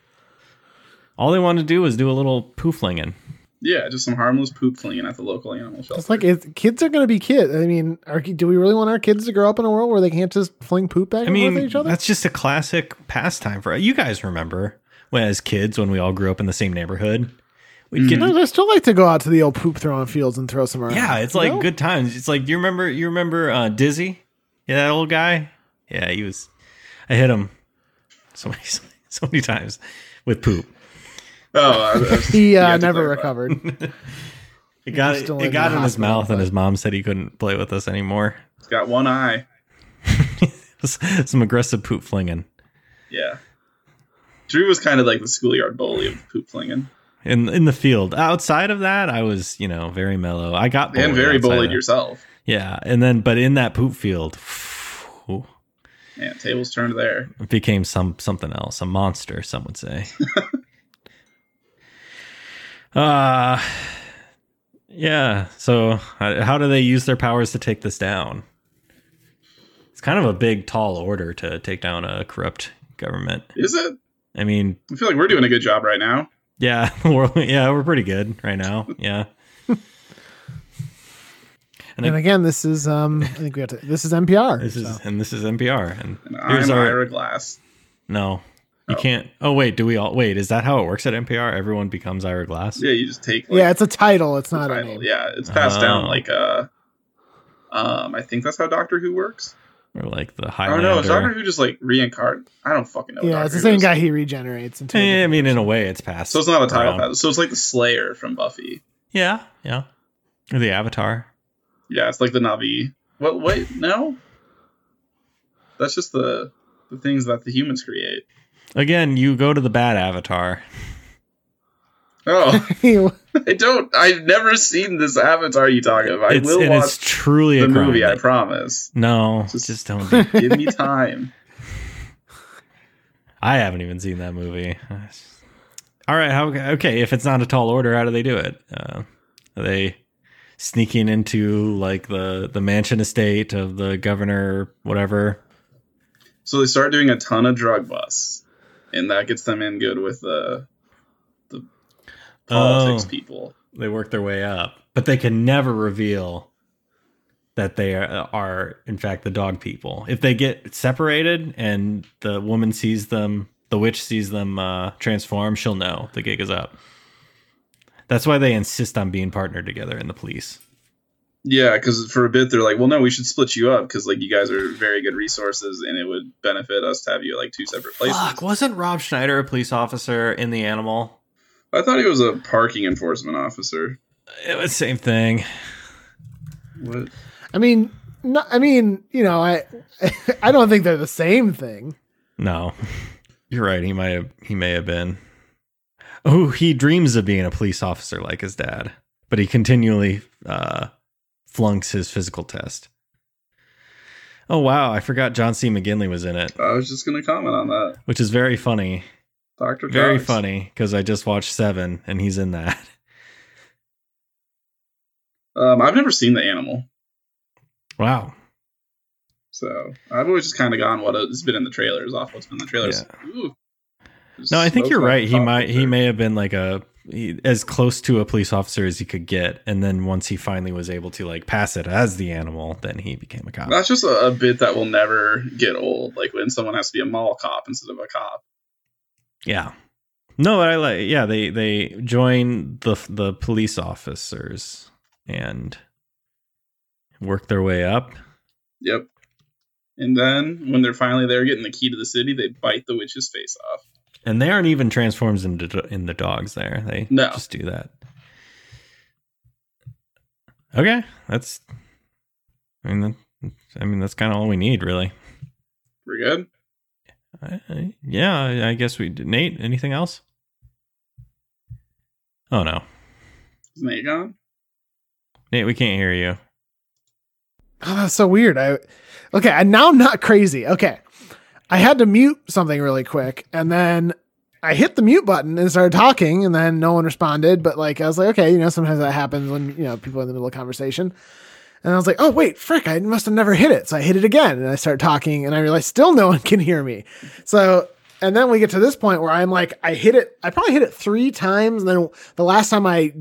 All they wanted to do was do a little pooflinging.
Yeah, just some harmless poop flinging at the local animal shelter.
It's like it, kids are going to be kids. I mean, are, do we really want our kids to grow up in a world where they can't just fling poop back
I
and forth
mean,
at each other?
that's just a classic pastime for you guys remember when as kids when we all grew up in the same neighborhood. We'd
No,
get
I still like to go out to the old poop throwing fields and throw some around.
yeah, it's
you
like
know?
good times. It's like you remember you remember uh, Dizzy, yeah, that old guy. Yeah, he was. I hit him so many so many times with poop.
Oh, I, I was-
He
you
uh,
have to
never
clarify.
recovered.
It got
He's
it,
still
it
in
got
the
in his
hospital,
mouth, and
but-
his mom said he couldn't play with us anymore.
It's got one eye.
Some aggressive poop flinging.
Yeah. Drew was kind of like the schoolyard bully of poop flinging,
in in the field. Outside of that, I was you know very mellow. I got bullied
and very
outside
bullied
of-
yourself.
Yeah, and then but in that poop field, whew,
Yeah, tables turned there.
it became some something else, a monster. Some would say. uh yeah. So uh, how do they use their powers to take this down? It's kind of a big, tall order to take down a corrupt government.
Is it?
I mean,
I feel like we're doing a good job right now.
Yeah, we're, yeah, we're pretty good right now. Yeah. And
And again, this is um, I think we have to. This is NPR.
This is
so.
and this is NPR and
And
here's
I'm
our
Ira Glass.
no. You
Oh.
can't. Oh wait, do we all wait? Is that how it works at NPR? Everyone becomes Ira Glass.
Yeah, you just take like
yeah, it's a title. It's
the
not a
title.
name.
Yeah, it's passed down
Oh.
like uh um I think that's how Doctor Who works.
Or like the
I don't know.
Highlander.
Is Doctor Who just like reincarnate? I don't fucking know. what
Yeah,
Doctor
it's the
Who
same
is.
guy. He regenerates into. a
Yeah, I
different-
mean, in a way, it's passed.
So it's not a title.
around.
pass. So it's like the Slayer from Buffy.
Yeah, yeah. Or the Avatar.
Yeah, it's like the Navi. What? Wait, no. That's just the the things that the humans create.
Again, you go to the bad Avatar.
Oh,
He-
I don't. I've never seen this Avatar you talk about. I
it's,
will
and
watch
it's truly
the
a crime.
movie. I promise.
no,
Just-
just don't. Be,
Give me time.
I haven't even seen that movie. All right, how okay? If it's not a tall order, how do they do it? Uh, are they sneaking into like the the mansion estate of the governor, whatever?
So they start doing a ton of drug busts, and that gets them in good with the the politics
Oh.
people.
They work their way up, but they can never reveal that they are, are in fact the dog people. If they get separated and the woman sees them, the witch sees them uh, transform, she'll know the gig is up. That's why they insist on being partnered together in the police.
Yeah, because for a bit they're like, "Well, no, we should split you up because like you guys are very good resources, and it would benefit us to have you at, like two separate places."
Fuck, wasn't Rob Schneider a police officer in The Animal?
I thought he was a parking enforcement officer.
It was same thing.
What?
I mean, no, I mean, you know, I, I don't think they're the same thing.
No. You're right, he might have he may have been. Oh, he dreams of being a police officer like his dad, but he continually uh flunks his physical test. Oh wow, I forgot John C. McGinley was in it,
I was just gonna comment on that,
which is very funny.
Doctor.
Very funny because I just watched 7 and he's in that.
Um, I've never seen the animal,
Wow.
so I've always just kind of gone what has been in the trailers off what's been in the trailers. Ooh.
No, I think
Smoke
you're
like
right. He
coffee
might he
there.
may have been like a he, as close to a police officer as he could get, and then once he finally was able to like pass it as the animal, then he became a cop.
That's just a, a bit that will never get old. Like when someone has to be a mall cop instead of a cop.
yeah. No, but I like yeah they they join the the police officers and work their way up.
Yep. And then when they're finally there getting the key to the city, they bite the witch's face off.
And they aren't even transformed into do- into dogs. There, they
No.
just do that. Okay, that's. I mean, that, I mean, that's kind of all we need, really.
We're good.
I, I, yeah, I- I guess we did. Nate, anything else? Oh no,
Is Nate gone?
Nate, we can't hear you.
Oh, that's so weird. I okay, and now I'm not crazy. Okay. I had to mute something really quick and then I hit the mute button and started talking and then no one responded, but like I was like, okay, you know, sometimes that happens when you know people are in the middle of conversation. And I was like, oh wait, frick, I must have never hit it. So I hit it again and I start talking and I realize still no one can hear me. So and then we get to this point where I'm like, I hit it, I probably hit it three times, and then the last time I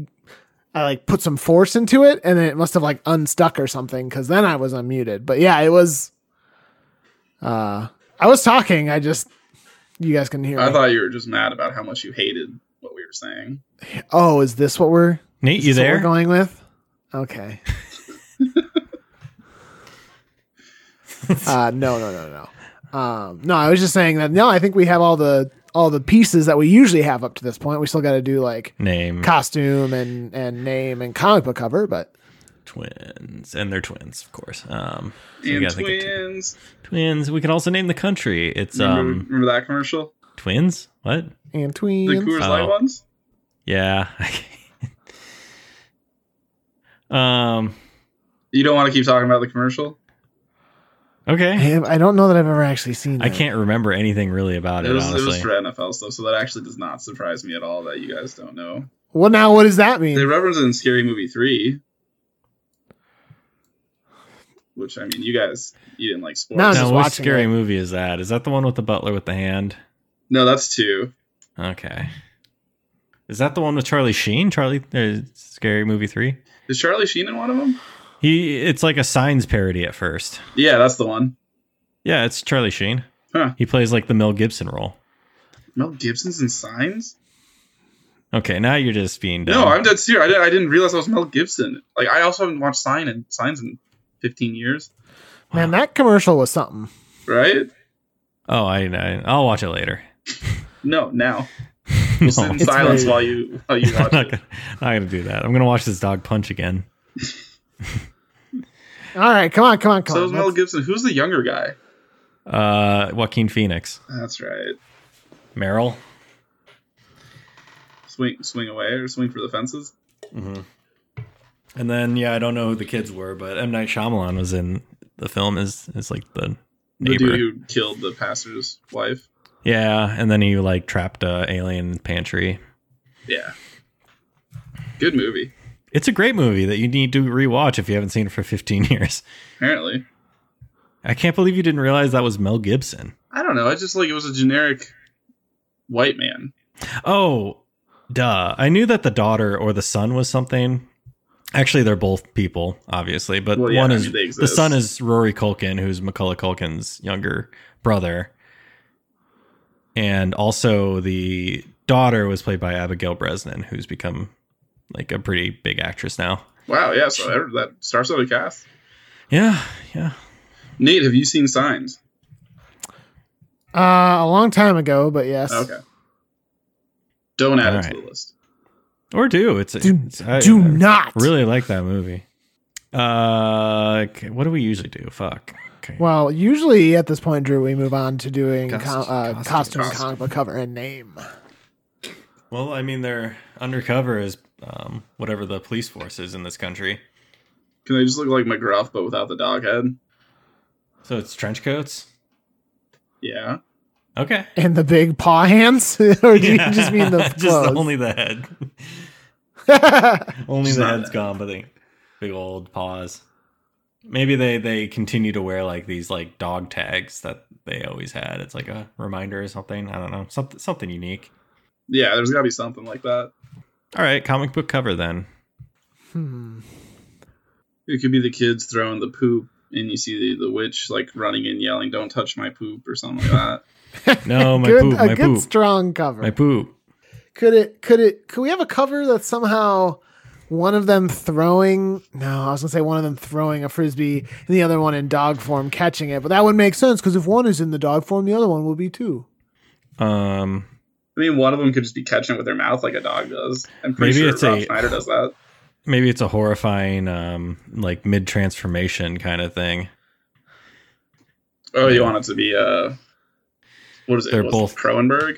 I like put some force into it and then it must have like unstuck or something because then I was unmuted. But yeah, it was uh I was talking, I just You guys can hear.
I
me.
thought you were just mad about how much you hated what we were saying.
oh, is this what we're?
Nate,
is
you
this what we're
there?
going with? Okay. uh, no, no, no, no. Um, no, I was just saying that. No, I think we have all the all the pieces that we usually have up to this point. We still got to do like
Name
costume and and name and comic book cover, but
twins, and they're twins, of course. Um, so we
And
gotta think of tw-
twins.
twins. We can also name the country. It's
Remember,
um
remember that commercial?
twins. What?
and
The
tweens.
Coors Light
Oh.
ones?
Yeah. um.
You don't want to keep talking about the commercial?
I,
Okay.
have, I don't know that I've ever actually seen.
I
that.
can't remember anything really about
It
it,
was, it was
honestly.
for NFL stuff, so that actually does not surprise me at all that you guys don't know.
Well, now what does that
They
mean?
reference it in Scary Movie 3. Which, I mean, you guys, you didn't like sports.
No, I was
now,
just
what
watching
scary
it.
movie is that? Is that the one with the butler with the hand?
No, that's two.
Okay. Is that the one with Charlie Sheen? Charlie, uh, Scary Movie Three.
Is Charlie Sheen in one of them?
He, it's like a Signs parody at first.
Yeah, that's the one.
Yeah, it's Charlie Sheen.
Huh.
He plays like the Mel Gibson role.
Mel Gibson's in Signs?
Okay, now you're just being dumb.
No, I'm dead serious. I, did, I didn't realize that was Mel Gibson. Like, I also haven't watched Sign and Signs in 15 years,
Man, that commercial was something.
right?
Oh, I, I I'll watch it later.
No, now.
No,
We'll sit in
It's
silence
very-
while you while you
I'm not
watch it.
gonna, I'm not gonna do that. I'm gonna watch this dog punch again.
All right, come on, come on, come
So
on.
it was Mel
Let's-
Gibson. Who's the younger guy?
Uh, Joaquin Phoenix,
That's right.
Meryl.
Swing, swing away, or swing for the fences.
And then yeah, I don't know who the kids were, but M Night Shyamalan was in the film. Is is like the
The
neighbor.
dude who killed the pastor's wife.
yeah, and then he like trapped a alien in the pantry.
Yeah. Good movie.
It's a great movie that you need to rewatch if you haven't seen it for 15 years.
Apparently,
I can't believe you didn't realize that was Mel Gibson.
I don't know. I just like it was a generic white man.
Oh, duh. I knew that the daughter or the son was something. Actually, they're both people, obviously, but
Well, yeah,
one
I
is
mean, they
the son
exist.
is Rory Culkin, who's McCullough Culkin's younger brother, and also the daughter was played by Abigail Breslin, who's become like a pretty big actress now.
Wow. Yeah. So that- that star-studded cast.
Yeah, yeah.
Nate, have you seen Signs?
uh, a long time ago, but yes.
Okay. Don't add it to
Alright.
the list.
Or do it's
Do,
it's- I-
do
I
not.
uh, really like that movie. Uh, okay, what do we usually do? Fuck. Okay.
Well, usually at this point, Drew, we move on to doing co-
Costume,
uh,
costume,
costume,
costume.
comic book cover, and name.
Well, I mean, they're undercover as um, whatever the police force is in this country.
Can they just look like McGruff but without the dog head?
So it's trench coats.
Yeah.
Okay.
And the big paw hands? or do you just mean the
Just
clothes?
only the head. only
Just
the
not
head's
that.
gone, but the big old paws. Maybe they they continue to wear like these like dog tags that they always had. It's like a reminder or something. I don't know. Something something unique.
Yeah. There's got to be something like that.
All right, comic book cover then.
Hmm.
It could be the kids throwing the poop, and you see the, the witch like running and yelling, "Don't touch my poop" or something like that.
No, my
good,
poop,
a
my
good
poop,
strong cover.
my poop.
Could it? Could it? Could we have a cover that somehow one of them throwing? No, I was gonna say one of them throwing a frisbee, and the other one in dog form catching it. But that would make sense because if one is in the dog form, the other one will be too.
Um,
I mean, one of them could just be catching it with their mouth like a dog does. I'm pretty
Maybe
sure
it's
Rob
a-
Schneider does that.
maybe it's a horrifying um like mid transformation kind of thing.
Oh, you want it to be uh, what is it?
They're
What's it,
both-
Cronenberg.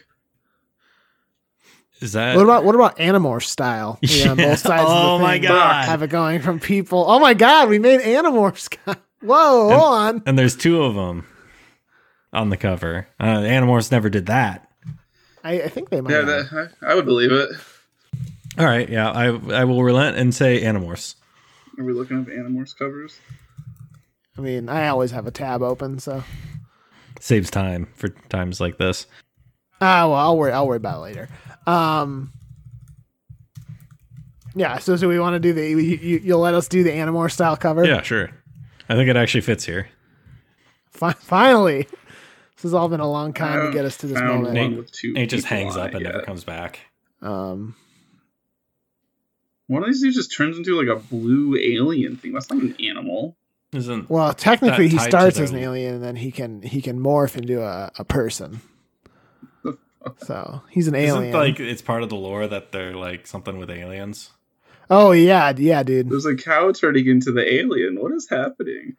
Is that
What about what about Animorph style? You know, on
Yeah.
both sides of the
Uh, Oh my
thing,
God.
Have it going from people. Oh my god, we made Animorphs. Whoa,
And-
hold on.
And there's two of them on the cover. Uh, Animorphs never did that.
I, I think they might.
Yeah,
have.
that, I, I would believe it.
All right, yeah, I I will relent and say Animorphs.
Are we looking up Animorphs covers?
I mean, I always have a tab open, so
Saves time for times like this.
Ah, well, I'll worry. I'll worry about it later. Um, yeah. So, so we want to do the. You, you, you'll let us do the Animorph style cover.
Yeah, sure. I think it actually fits here.
Fi- finally, This has all been a long time to get us to this
Found
moment.
Nate-
One with two
And it just
people
hangs
on
up
it
and never
yet.
comes back.
Um,
One of these dudes just turns into like a blue alien thing. That's not an animal.
Isn't
well, technically, he
tied to
starts
their-
as an alien, and then he can he can morph into a, a person. So he's an alien.
isn't like it's part of the lore that they're like something with aliens?
oh yeah, yeah, dude.
There's a cow turning into the alien. What is happening?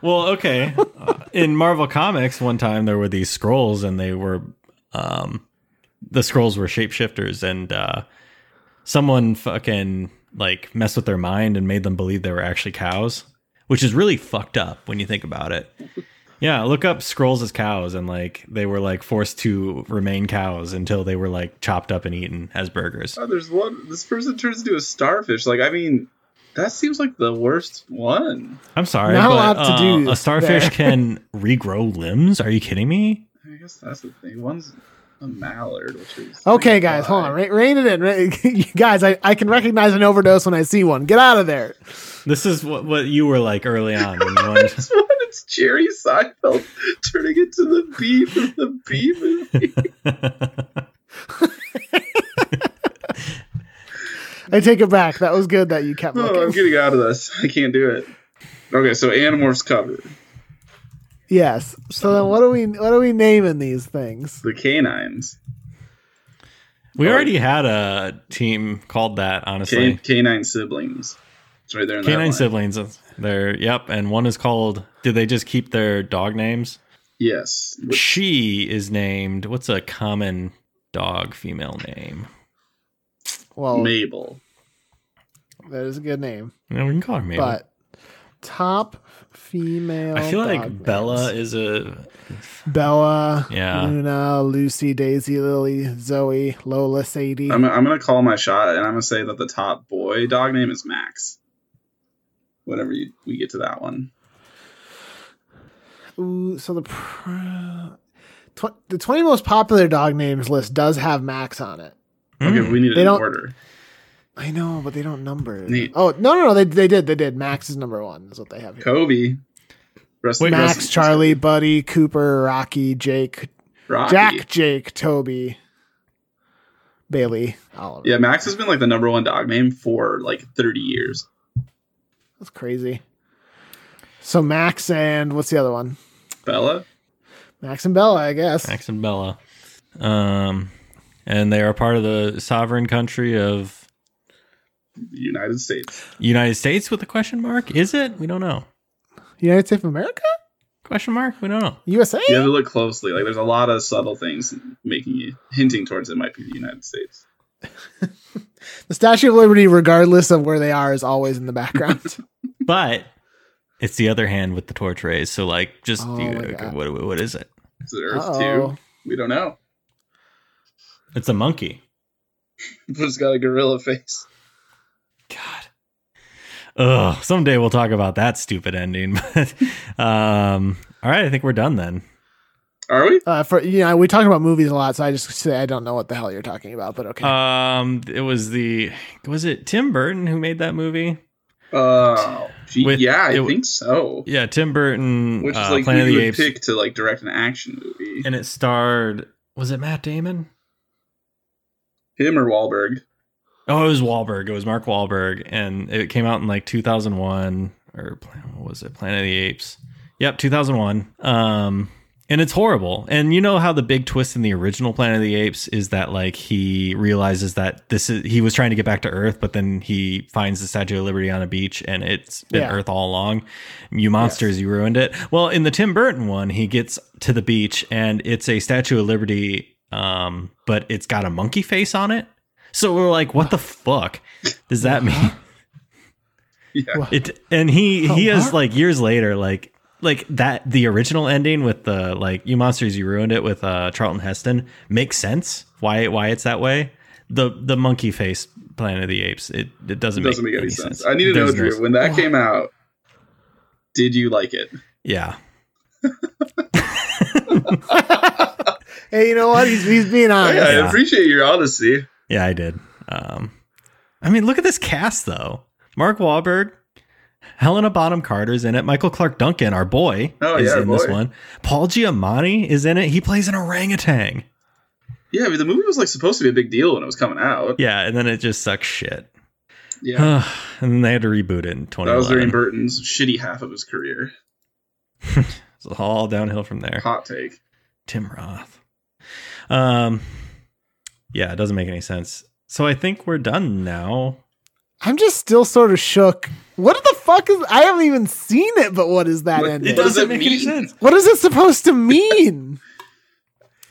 Well, okay. Uh, in Marvel Comics, one time there were these scrolls, and they were um, the scrolls were shapeshifters, and uh, someone fucking like messed with their mind and made them believe they were actually cows, which is really fucked up when you think about it. Yeah, look up scrolls as cows, and like they were like forced to remain cows until they were like chopped up and eaten as burgers.
Oh, there's one. This person turns into a starfish. Like, I mean, that seems like the worst one.
I'm sorry,
Not a
but
lot to
uh,
do
a starfish
there.
can regrow limbs. Are you kidding me?
I guess that's the thing. One's a mallard, which is
Okay, guys, hold on. Re- rein it in. Re- you guys, I, I can recognize an overdose when I see one. Get out of there.
This is what what you were like early on when you wanted.
This one, it's Jerry Seinfeld turning into the bee from the bee movie.
I take it back. That was good that you kept
No, Oh, I'm
looking.
getting out of this. I can't do it. Okay, so Animorph's covered.
Yes. So then, what are we what are we naming these things?
The canines.
We
Or-
already had a team called that,
Can-
honestly.
canine siblings. It's right there in that
Canine
line.
siblings. They're yep, and one is called. Did they just keep their dog names?
Yes.
She is named. What's a common dog female name?
Well,
Mabel.
that is a good name,
No, we can call her Mabel.
but top female.
I feel
dog
like Bella is
names.
a.
Bella.
Yeah.
Luna, Lucy, Daisy, Lily, Zoe, Lola, Sadie.
I'm, I'm gonna call my shot, and I'm gonna say that the top boy dog name is Max. Whenever you, we get to that one,
Ooh, so the pr- tw- the twenty most popular dog names list does have Max on it.
okay,
Mm.
we need
They
an
don't-
order.
I know, but they don't number. it.
Neat.
Oh no, no, no! They they did, they did. Max is number one. Is what they have here.
Kobe, rest
Wait,
rest
Max, Charlie, Buddy, Cooper, Rocky, Jake,
Rocky.
Jack, Jake, Toby, Bailey, Oliver.
Yeah, Max has been like the number one dog name for like 30 years.
that's crazy. So Max and what's the other one?
Bella,
Max and Bella, I guess.
Max and Bella, um, and they are part of the sovereign country of
United States.
United States with a question mark. Is it? We don't know.
United States of America,
Question mark? We don't know.
USA.
You have to look closely. Like, there's a lot of subtle things making you hinting towards it might be the United States.
The Statue of Liberty, regardless of where they are, is always in the background.
but it's the other hand with the torch rays. So like, just
Oh
you-
my God.
what, what is it?
Is it Earth
Uh-oh.
too? We don't know.
It's a monkey.
But it's got a gorilla face.
God. Ugh. Someday we'll talk about that stupid ending. But um, all right, I think we're done then.
Are we?
Uh, for you know, we talk about movies a lot, so I just say I don't know what the hell you're talking about, but okay.
Um, it was the was it Tim Burton who made that movie?
Uh, gee,
With-
yeah, I
it-
think so.
Yeah, Tim Burton.
Which
uh,
is like who
Planet of
you
the
would
Apes,
pick to like direct an action movie.
and it starred was it Matt Damon?
Him or Wahlberg.
Oh, it was Wahlberg. It was Mark Wahlberg, and it came out in like 2001 or Plan- what was it? Planet of the Apes. Yep, 2001. Um, and it's horrible. And you know how the big twist in the original Planet of the Apes is that like he realizes that this is he was trying to get back to Earth, but then he finds the Statue of Liberty on a beach, and it's been
Yeah.
Earth all along. You monsters, you ruined it. Well, in the Tim Burton one, he gets to the beach, and it's a Statue of Liberty, um, but it's got a monkey face on it. So we're like, what the fuck does that mean?
Yeah.
What?
It and he he
Oh,
has
what?
like years later like like that the original ending with the like you monsters you ruined it with uh Charlton Heston makes sense why why it's that way the the monkey face Planet of the Apes it, it doesn't
It doesn't
make,
make any sense. I need to know,
There's no-
Drew, when that came out, did you like it?
yeah
hey, you know what? He's he's being honest.
Yeah, I
Yeah.
appreciate your honesty.
yeah I did um I mean look at this cast though Mark Wahlberg Helena Bonham Carter's in it. Michael Clark Duncan, our boy,
Oh,
is
yeah, our
in this
boy.
one. Paul Giamatti is in it. He plays an orangutan.
Yeah, I mean the movie was like supposed to be a big deal when it was coming out.
Yeah, and then it just sucks shit.
Yeah,
and then they had to reboot it in
that was during
2011.
Burton's shitty half of his career.
It's all downhill from there.
Hot take.
Tim Roth. Um, yeah, it doesn't make any sense. So I think we're done now.
I'm just still sort of shook. What the fuck is? I haven't even seen it, but what is that
What-
ending?
It does- doesn't mean-
what is it supposed to mean?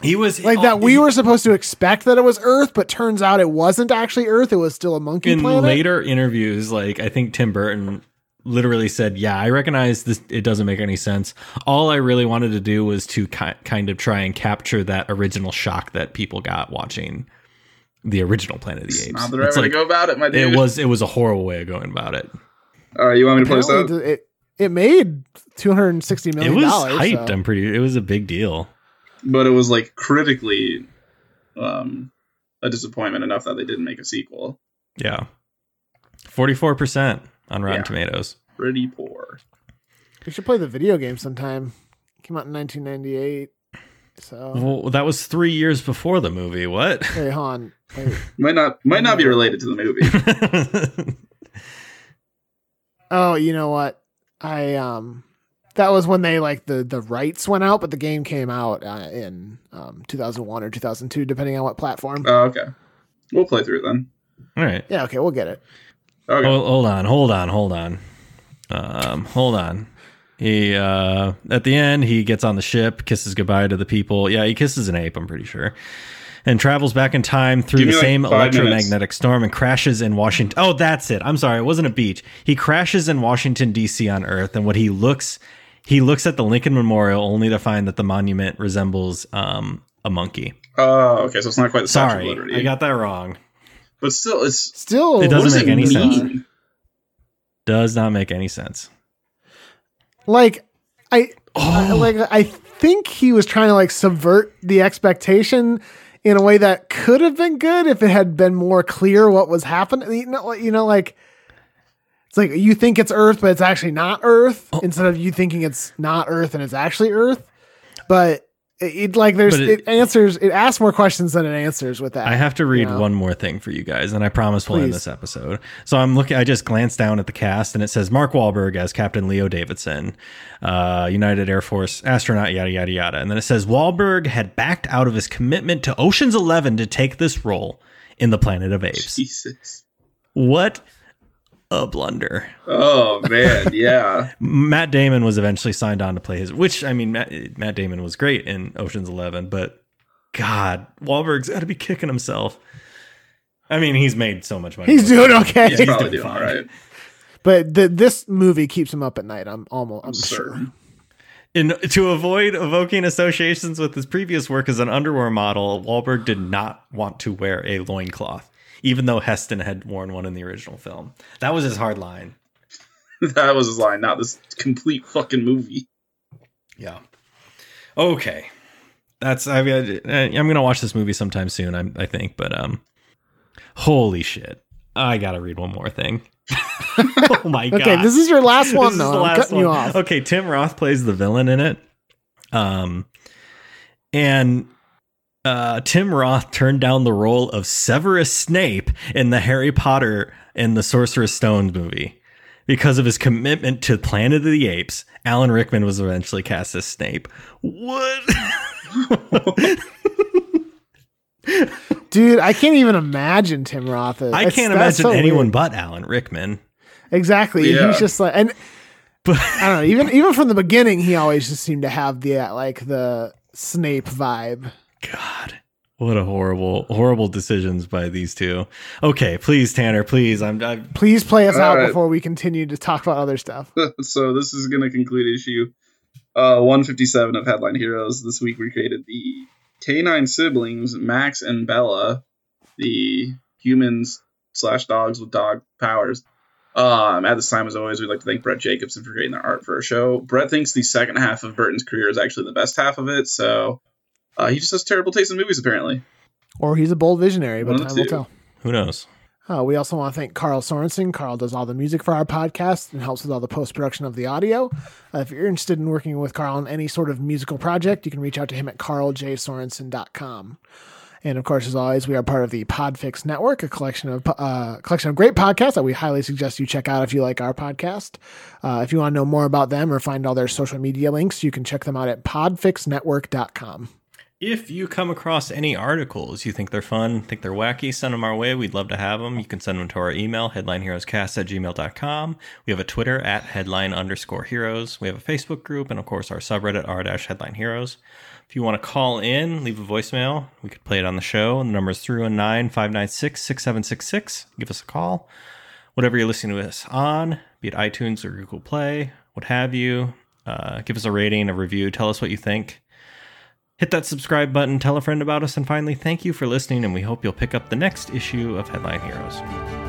He was
like
oh,
that we
he-
were supposed to expect that it was Earth, but turns out it wasn't actually Earth. It was still a monkey
in
planet.
later interviews. Like I think Tim Burton literally said, "Yeah, I recognize this. It doesn't make any sense. All I really wanted to do was to ki- kind of try and capture that original shock that people got watching the original Planet of the
It's
Apes.
not the right
It's
way
like-
to go about it, my dude.
it was it was a horrible way of going about it.
All right, you want me to play this out?
Apparently, it it made two hundred and sixty
It
million
was
dollars.
hyped.
so-
I'm pretty. It was a big deal.
but it was like critically um a disappointment enough that they didn't make a sequel
Yeah, forty four percent on Rotten
Yeah.
Tomatoes.
pretty poor
We should play the video game sometime. came out in nineteen ninety eight. So
Well, that was three years before the movie. What?
hey, Han, wait.
might not might not be related to the movie
Oh, you know what? I um, that was when they like the the rights went out, but the game came out uh, in um 2001 or 2002, depending on what platform.
oh okay we'll play through it then
All right.
yeah, okay, we'll get it.
okay
Hold, hold on, hold on, hold on. Um, hold on. He uh at the end he gets on the ship, kisses goodbye to the people. Yeah, he kisses an ape, I'm pretty sure. And travels back in time through
Give
the
me, like,
same
five
electromagnetic storm and crashes in Washington. Oh, that's it. I'm sorry, it wasn't a beach. He crashes in Washington D.C. on Earth, and what he looks he looks at the Lincoln Memorial only to find that the monument resembles um a monkey.
oh okay so it's not quite the Statue of
Sorry,
Liberty.
I got that wrong.
but still it's
Still,
It doesn't
what does
make
it
any sense.
mean?
Does not make any sense.
Like, I
Oh,
I- like I think he was trying to like subvert the expectation in a way that could have been good if it had been more clear what was happening. You know, like- you know, like it's like you think it's Earth, but it's actually not Earth.
Oh.
Instead of you thinking it's not Earth and it's actually Earth, but it, it, like there's
But
it,
it-
answers it asks more questions than it answers with that.
I have to read
Yeah.
one more thing for you guys, and I promise we'll end
Please.
this episode. So I'm looking. I just glanced down at the cast, and it says Mark Wahlberg as Captain Leo Davidson, uh, United Air Force astronaut, yada yada yada. And then it says Wahlberg had backed out of his commitment to Ocean's Eleven to take this role in the Planet of Apes.
jesus
What a blunder!
oh man yeah
Matt Damon was eventually signed on to play his, which I mean, Matt, Matt Damon was great in Ocean's Eleven, but God, Wahlberg's got to be kicking himself. I mean, he's made so much money.
He's doing okay,
he's,
He's
probably
doing
doing all right
but the, this movie keeps him up at night. I'm almost I'm
i'm
sure.
certain
In, to avoid evoking associations with his previous work as an underwear model, Wahlberg did not want to wear a loincloth, even though Heston had worn one in the original film. That was his hard line.
that was his line not this complete fucking movie
Yeah. Okay. That's I mean, I- I'm gonna watch this movie sometime soon. I'm, I think, but um, holy shit! I gotta read one more thing. oh my god!
Okay, this is your last one
This is
though.
the
I'm
last
cutting you
one.
off.
Okay, Tim Roth plays the villain in it. Um, and uh, Tim Roth turned down the role of Severus Snape in the Harry Potter and the Sorcerer's Stone movie because of his commitment to Planet of the Apes. Alan Rickman was eventually cast as Snape. What?
Dude, I can't even imagine Tim Roth. as-
I
it's-
can't
that's
imagine
so
anyone
weird.
but Alan Rickman.
Exactly.
Yeah.
He's just like, and
But
I don't know. Even even from the beginning, he always just seemed to have the uh, like the Snape vibe.
God, what a horrible, horrible decisions by these two. Okay, please, Tanner, please. I'm. I'm
Please play us
All
out
right.
before we continue to talk about other stuff.
so this is going to conclude issue uh, 157 of Headline Heroes. This week we created the canine siblings, Max and Bella, the humans slash dogs with dog powers. Um, at this time, as always, we'd like to thank Brett Jacobson for creating the art for our show. Brett thinks the second half of Burton's career is actually the best half of it, so uh, he just has terrible taste in movies, apparently.
Or he's a bold visionary, but
One of
time
the
will
two.
tell.
who knows?
Uh, we also want to thank Carl Sorensen. Carl does all the music for our podcast and helps with all the post production of the audio. Uh, if you're interested in working with Carl on any sort of musical project, you can reach out to him at carljsorensen.com. And of course, as always, we are part of the Podfix Network, a collection of uh, collection of great podcasts that we highly suggest you check out if you like our podcast. Uh, if you want to know more about them or find all their social media links, you can check them out at podfixnetwork.com.
If you come across any articles you think they're fun, think they're wacky, send them our way. We'd love to have them. You can send them to our email, headlineheroescast at gmail.com. We have a Twitter at headline underscore heroes. We have a Facebook group and, of course, our subreddit r dash headline heroes. If you want to call in, leave a voicemail. We could play it on the show. The number is 319 596 6766. Give us a call. Whatever you're listening to us on, be it iTunes or Google Play, what have you, uh, give us a rating, a review, tell us what you think. Hit that subscribe button, tell a friend about us, and finally, thank you for listening, and we hope you'll pick up the next issue of Headline Heroes.